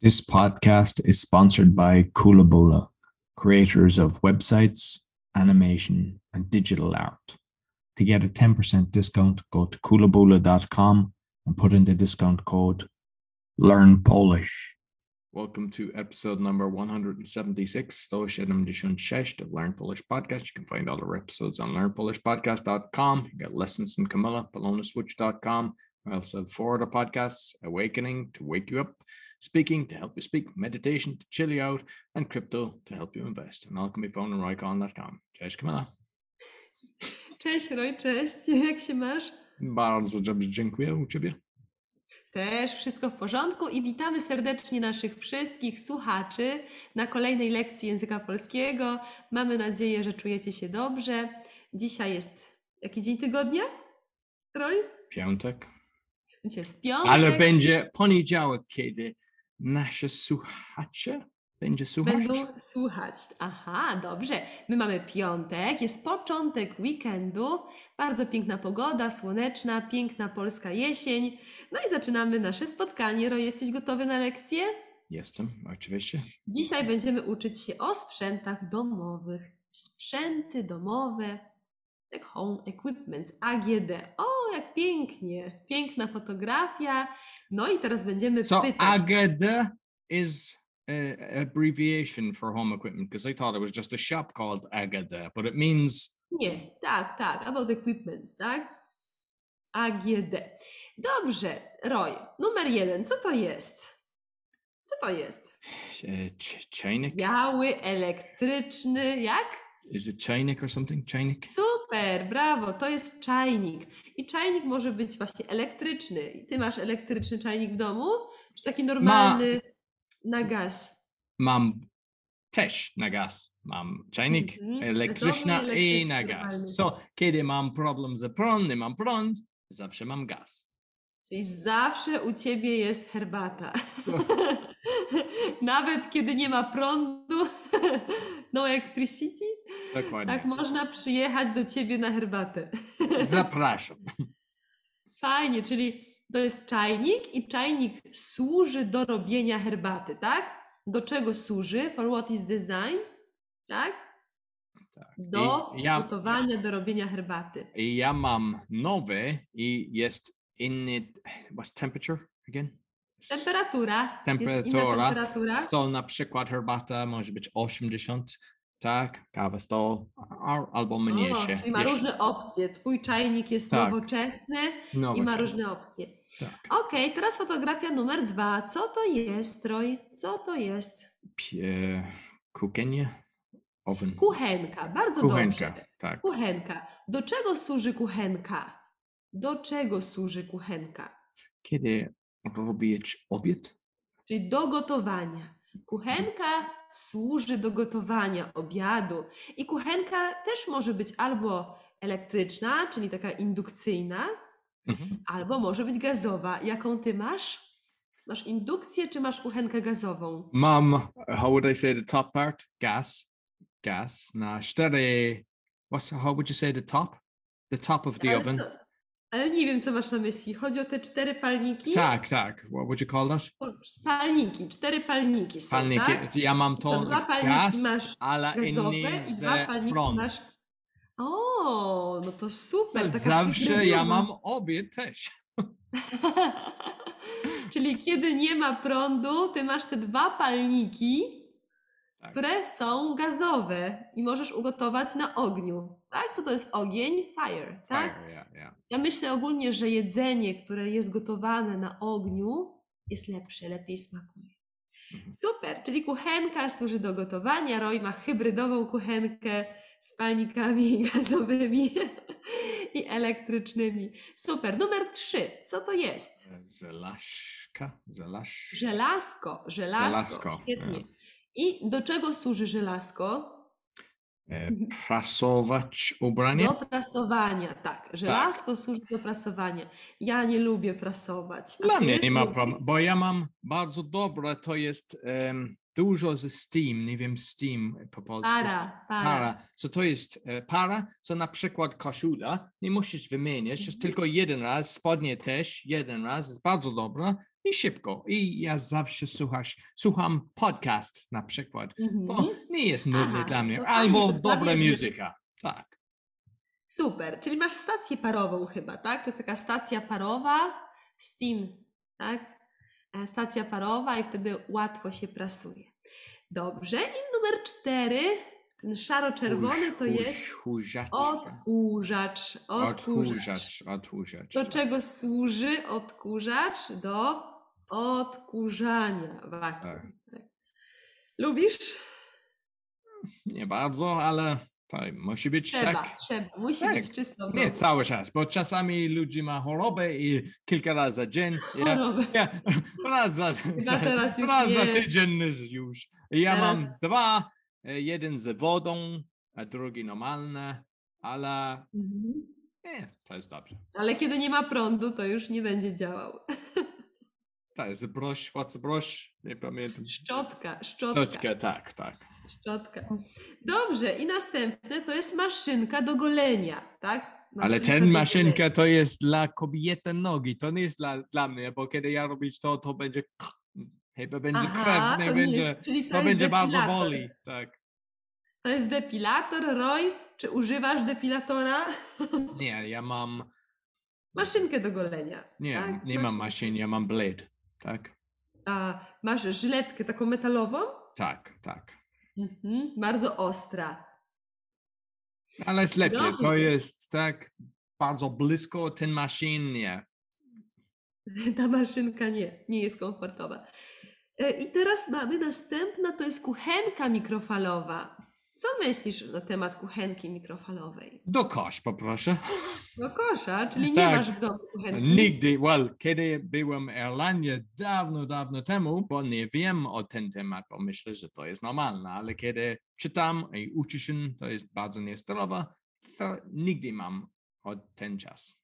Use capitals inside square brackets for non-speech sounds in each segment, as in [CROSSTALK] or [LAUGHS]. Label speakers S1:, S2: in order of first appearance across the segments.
S1: This podcast is sponsored by Coolabola, creators of websites, animation, and digital art. To get a 10% discount, go to coolabola.com and put in the discount code Learn Polish. Welcome to episode number 176, To Siedem Dziesiąt Sześć of Learn Polish Podcast. You can find all our episodes on learnpolishpodcast.com. You got lessons from Camilla, polonaswitch.com. I also have four other podcasts, Awakening to Wake You Up, Speaking to Help You Speak, Meditation to Chill You Out, and Crypto to Help You Invest. And all can be found on Rycon.com. Cześć Kamila.
S2: Cześć Roy, cześć, [LAUGHS] jak się masz?
S1: Bardzo dobrze dziękuję u Ciebie.
S2: Też wszystko w porządku i witamy serdecznie naszych wszystkich słuchaczy na kolejnej lekcji języka polskiego. Mamy nadzieję, że czujecie się dobrze. Dzisiaj jest jaki dzień tygodnia? Roy?
S1: Piątek.
S2: Dzisiaj jest piątek.
S1: Ale będzie poniedziałek, kiedy nasze słuchacze będzie słuchać.
S2: Będą słuchać. Aha, dobrze. My mamy piątek, jest początek weekendu. Bardzo piękna pogoda, słoneczna, piękna polska jesień. No i zaczynamy nasze spotkanie. Roy, jesteś gotowy na lekcję?
S1: Jestem, oczywiście.
S2: Dzisiaj będziemy uczyć się o sprzętach domowych. Sprzęty domowe, jak home equipment, AGD. O, jak pięknie. Piękna fotografia. No i teraz będziemy
S1: So
S2: pytać.
S1: AGD is a abbreviation for home equipment because I thought it was just a shop called AGD, but it means
S2: Nie, tak, tak, about equipment, tak? AGD. Dobrze, Roy, numer jeden, co to jest? Co to jest?
S1: uh, Ch- Chinik?
S2: Biały, elektryczny, jak?
S1: Is it Chinik or something? Chinik?
S2: Super, brawo, to jest czajnik. I czajnik może być właśnie elektryczny. I ty masz elektryczny czajnik w domu? Czy taki normalny na gaz?
S1: Mam też na gaz. Mam czajnik
S2: Mhm.
S1: elektryczny
S2: Dobry
S1: i
S2: elektryczny,
S1: na gaz.
S2: normalny.
S1: So, kiedy mam problem z prąd, nie mam prąd, zawsze mam gaz.
S2: Czyli zawsze u ciebie jest herbata. [LAUGHS]
S1: No.
S2: Nawet kiedy nie ma prądu, [LAUGHS] no electricity,
S1: Dokładnie.
S2: tak można przyjechać do ciebie na herbatę.
S1: Zapraszam.
S2: Fajnie, czyli to jest czajnik i czajnik służy do robienia herbaty, tak? Do czego służy? For what is design? Tak?
S1: Tak. I
S2: Do
S1: ja,
S2: gotowania, do robienia herbaty.
S1: I ja mam nowy i jest inny. What's temperature again?
S2: Temperatura. Jest inna
S1: Temperatura.
S2: temperatura.
S1: So na przykład herbata może być 80, tak? Kawa 100 a- albo
S2: O,
S1: mniejsze.
S2: czyli ma
S1: jeszcze.
S2: różne opcje. Twój czajnik jest
S1: Tak.
S2: nowoczesny
S1: No
S2: i ma
S1: właśnie,
S2: różne opcje.
S1: Tak.
S2: Okej, teraz fotografia numer dwa. Co to jest, Roy? Co to jest?
S1: Pie- Kuchenie? Oven.
S2: Kuchenka, bardzo
S1: Kuchenka,
S2: dobrze.
S1: tak.
S2: Kuchenka. Do czego służy kuchenka? Do czego służy kuchenka?
S1: Kiedy robić obiad?
S2: Czyli do gotowania. Kuchenka służy do gotowania obiadu. I kuchenka też może być albo elektryczna, czyli taka indukcyjna,
S1: Mhm.
S2: albo może być gazowa. Jaką ty masz? Masz indukcję, czy masz kuchenkę gazową?
S1: Mam, how would I say the top part? Gas. Gas. Na cztery. What's, how would you say the top? The top of the
S2: Ale
S1: oven.
S2: co- Ale nie wiem, co masz na myśli. Chodzi o te cztery palniki?
S1: Tak, tak. What would you call that?
S2: Palniki, cztery palniki są,
S1: Palniki.
S2: tak?
S1: Ja mam
S2: Co
S1: to
S2: dwa palniki
S1: gaz,
S2: masz
S1: ale
S2: gazowe
S1: inni
S2: i
S1: z
S2: dwa palniki
S1: prąd.
S2: masz... O, no to super. taka
S1: Zawsze ja
S2: hybrydowa.
S1: mam obiad też.
S2: [LAUGHS] Czyli kiedy nie ma prądu, ty masz te dwa palniki,
S1: Tak.
S2: które są gazowe i możesz ugotować na ogniu. Tak? Co to jest ogień? Fire, tak?
S1: Fire, yeah, yeah.
S2: Ja myślę ogólnie, że jedzenie, które jest gotowane na ogniu, jest lepsze, lepiej smakuje.
S1: Mhm.
S2: Super, czyli kuchenka służy do gotowania. Roy ma hybrydową kuchenkę z palnikami [LAUGHS] gazowymi i elektrycznymi. Super, numer trzy. Co to jest?
S1: Zalaszka, zalasz.
S2: Żelazko, żelazko.
S1: Żelazko,
S2: Świetnie.
S1: tak.
S2: I do czego służy żelazko?
S1: E, Prasować ubranie.
S2: Do prasowania, tak. Żelazko służy do prasowania. Ja nie lubię prasować. A
S1: Dla mnie
S2: ty
S1: nie ma
S2: lubisz?
S1: problemu, bo ja mam bardzo dobre, to jest em, dużo ze Steam, nie wiem Steam po polsku.
S2: Para, para.
S1: Para. So to jest e, para, so na przykład
S2: Mhm.
S1: koszula, nie musisz wymieniać, jest tylko jeden raz, spodnie też jeden raz, jest bardzo dobra i szybko. I ja zawsze słuchasz, słucham podcast na przykład,
S2: Mhm.
S1: bo nie jest nudny
S2: Aha, no
S1: dla mnie,
S2: to fajnie,
S1: albo
S2: to dla
S1: dobra
S2: mnie-
S1: muzyka. Tak,
S2: Super, czyli masz stację parową chyba, tak? To jest taka stacja parowa, steam, tak? E, Stacja parowa i wtedy łatwo się prasuje. Dobrze, i numer cztery, ten szaro-czerwony to
S1: Odkurz-
S2: jest
S1: odkurzacz.
S2: odkurzacz, odkurzacz.
S1: Odkurzacz, odkurzacz.
S2: Do czego służy odkurzacz? Do odkurzania wakium. Tak. Lubisz?
S1: Nie bardzo, ale tak, musi być
S2: Trzeba,
S1: tak.
S2: trzeba. Musi
S1: Tak.
S2: być czystą
S1: Nie cały czas, bo czasami ludzie ma chorobę i kilka razy za dzień. Ja,
S2: Chorobę.
S1: ja, raz za,
S2: Chyba
S1: za,
S2: teraz już
S1: raz za
S2: nie.
S1: tydzień już. Ja
S2: Teraz-
S1: mam dwa, e, jeden z wodą, a drugi normalny, ale
S2: Mhm.
S1: nie, to jest dobrze.
S2: Ale kiedy nie ma prądu, to już nie będzie działał.
S1: To jest broś, what's broś? Nie pamiętam.
S2: Szczotka, szczotka,
S1: Toczkę, tak, tak.
S2: szczotka. Dobrze, i następne to jest maszynka do golenia, tak?
S1: Ale
S2: Maszynka
S1: ten
S2: do
S1: maszynka to jest dla kobiety nogi, to nie jest dla, dla mnie, bo kiedy ja robić to, to będzie k- chyba będzie
S2: golenia. Aha,
S1: krew,
S2: to
S1: nie
S2: nie
S1: będzie,
S2: jest, czyli to,
S1: to
S2: jest
S1: będzie bardzo
S2: depilator.
S1: boli, tak.
S2: To jest depilator, Roy? Czy używasz depilatora?
S1: Nie, ja mam,
S2: Maszynkę do golenia.
S1: nie,
S2: tak?
S1: nie mam maszyn, ja mam blade, tak,
S2: A masz żyletkę taką metalową?
S1: tak, tak.
S2: Mhm, bardzo ostra.
S1: Ale jest lepiej, to
S2: Dobrze.
S1: jest tak bardzo blisko ten maszyn, nie.
S2: [LAUGHS] Ta maszynka nie, nie jest komfortowa. E, I teraz mamy następna, to jest kuchenka mikrofalowa. Co myślisz na temat kuchenki mikrofalowej?
S1: Do kosz poproszę.
S2: No kosza, czyli nie
S1: Tak.
S2: masz w domu kuchenki.
S1: Nigdy, well, kiedy byłem w Irlandii dawno, dawno temu, bo nie wiem o ten temat, bo myślę, że to jest normalne, ale kiedy czytam i uczę się, to jest bardzo niezdrowe, to nigdy mam od ten czas.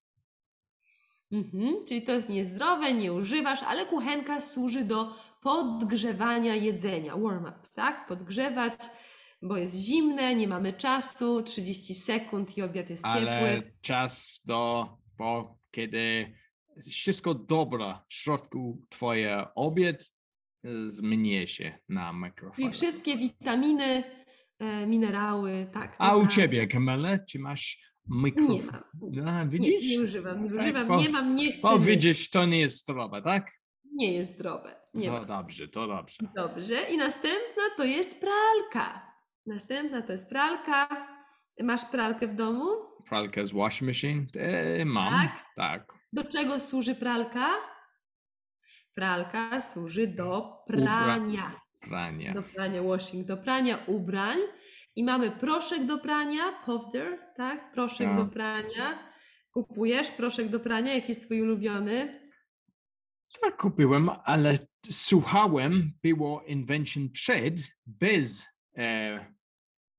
S2: Mhm, czyli to jest niezdrowe, nie używasz, ale kuchenka służy do podgrzewania jedzenia, warm-up, tak? Podgrzewać, bo jest zimne, nie mamy czasu, 30 sekund i obiad jest
S1: Ale
S2: ciepły.
S1: czas do, bo kiedy wszystko dobre w środku twoje obiad e, zmieni się na
S2: Czyli
S1: mikrofon.
S2: wszystkie witaminy, e, minerały, tak. to
S1: A u
S2: tak.
S1: ciebie, Kamele, czy masz
S2: Nie
S1: mikrofon?
S2: mam.
S1: A,
S2: Nie,
S1: widzisz?
S2: nie używam, nie
S1: Tak,
S2: używam,
S1: bo-
S2: nie mam, nie chcę.
S1: Bo
S2: mieć.
S1: widzisz, No. to nie jest zdrowe, tak?
S2: Nie jest zdrowe. Nie
S1: to
S2: mam.
S1: dobrze, to dobrze.
S2: Dobrze. I następna to jest pralka. Następna to jest pralka. Masz pralkę w domu?
S1: Pralkę z wash machine? E, mam.
S2: Tak.
S1: Tak.
S2: Do czego służy pralka? Pralka służy do prania.
S1: Pranie.
S2: Do prania washing, do prania ubrań. I mamy proszek do prania, powder, tak? Proszek
S1: Tak.
S2: do prania. Kupujesz proszek do prania, jaki jest twój ulubiony?
S1: Tak kupiłem, ale słuchałem, było invention przed, bez e,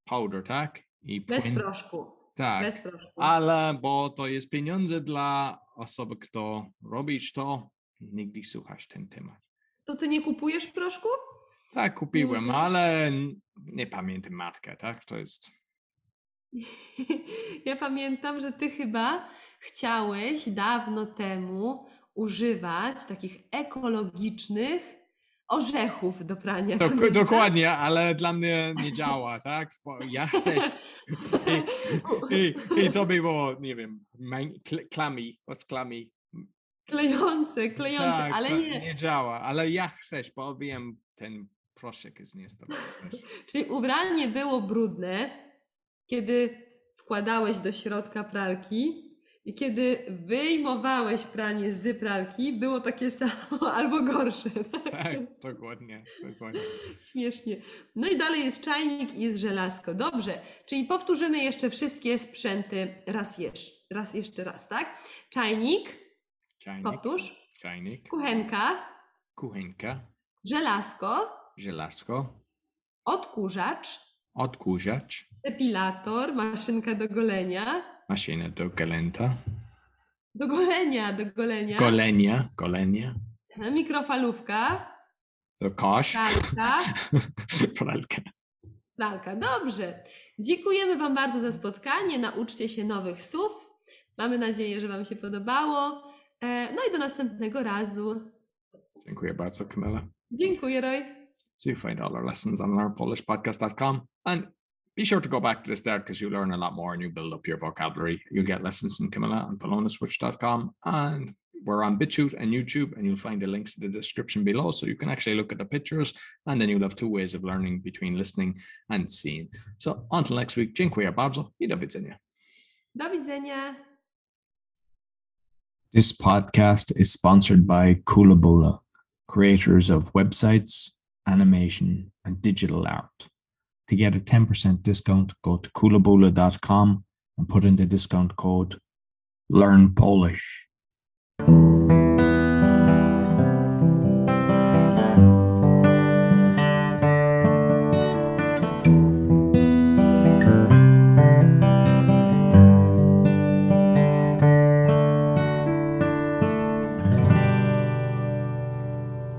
S1: powder, tak? I
S2: Bez
S1: płyn.
S2: proszku.
S1: Tak.
S2: Bez proszku.
S1: Ale bo to jest pieniądze dla osoby, kto robić to, nigdy słuchasz ten temat.
S2: To ty nie kupujesz proszku? [LAUGHS]
S1: Tak, kupiłem,
S2: Mhm.
S1: ale n- nie pamiętam matkę, tak? To jest.
S2: Ja pamiętam, że ty chyba chciałeś dawno temu używać takich ekologicznych orzechów do prania.
S1: Dok-
S2: pamiętasz?
S1: Tak, dokładnie, ale dla mnie nie działa, tak? Bo ja chcę. I, i, I to było, nie wiem, mań- kl- klami, what's klami?
S2: Klejące, klejące,
S1: Tak,
S2: ale
S1: to
S2: nie.
S1: Nie działa, ale ja chcę, bo wiem, ten proszek jest niestety.
S2: Czyli ubranie było brudne, kiedy wkładałeś do środka pralki i kiedy wyjmowałeś pranie z pralki, było takie samo [LAUGHS] albo gorsze.
S1: Tak, dokładnie, dokładnie.
S2: Śmiesznie. No i dalej jest czajnik i jest żelazko. Dobrze, czyli powtórzymy jeszcze wszystkie sprzęty raz, jeż, raz jeszcze raz, tak? Czajnik,
S1: Czajnik,
S2: powtórz,
S1: czajnik,
S2: kuchenka,
S1: kuchenka,
S2: żelazko,
S1: żelazko,
S2: odkurzacz,
S1: odkurzacz,
S2: depilator, maszynka do golenia,
S1: maszyna do galenta,
S2: do golenia, do golenia,
S1: golenia, golenia,
S2: mikrofalówka,
S1: do kosz,
S2: pralka, Tak.
S1: [LAUGHS] pralka.
S2: pralka. Dobrze. Dziękujemy Wam bardzo za spotkanie. Nauczcie się nowych słów. Mamy nadzieję, że Wam się podobało. E, No i do następnego razu.
S1: Dziękuję bardzo, Camilla.
S2: Dziękuję, Roy.
S1: So you find all our lessons on learnpolishpodcast.com. And be sure to go back to the start because you learn a lot more and you build up your vocabulary. You get lessons from Camilla on polonaswitch.com. And we're on BitChute and YouTube, and you'll find the links in the description below. So you can actually look at the pictures, and then you'll have two ways of learning between listening and seeing. So until next week, dziękuję bardzo i do widzenia.
S2: Do widzenia.
S3: This podcast is sponsored by Kulabola, creators of websites, animation, and digital art. To get a 10% discount, go to kulabola.com and put in the discount code Learn Polish.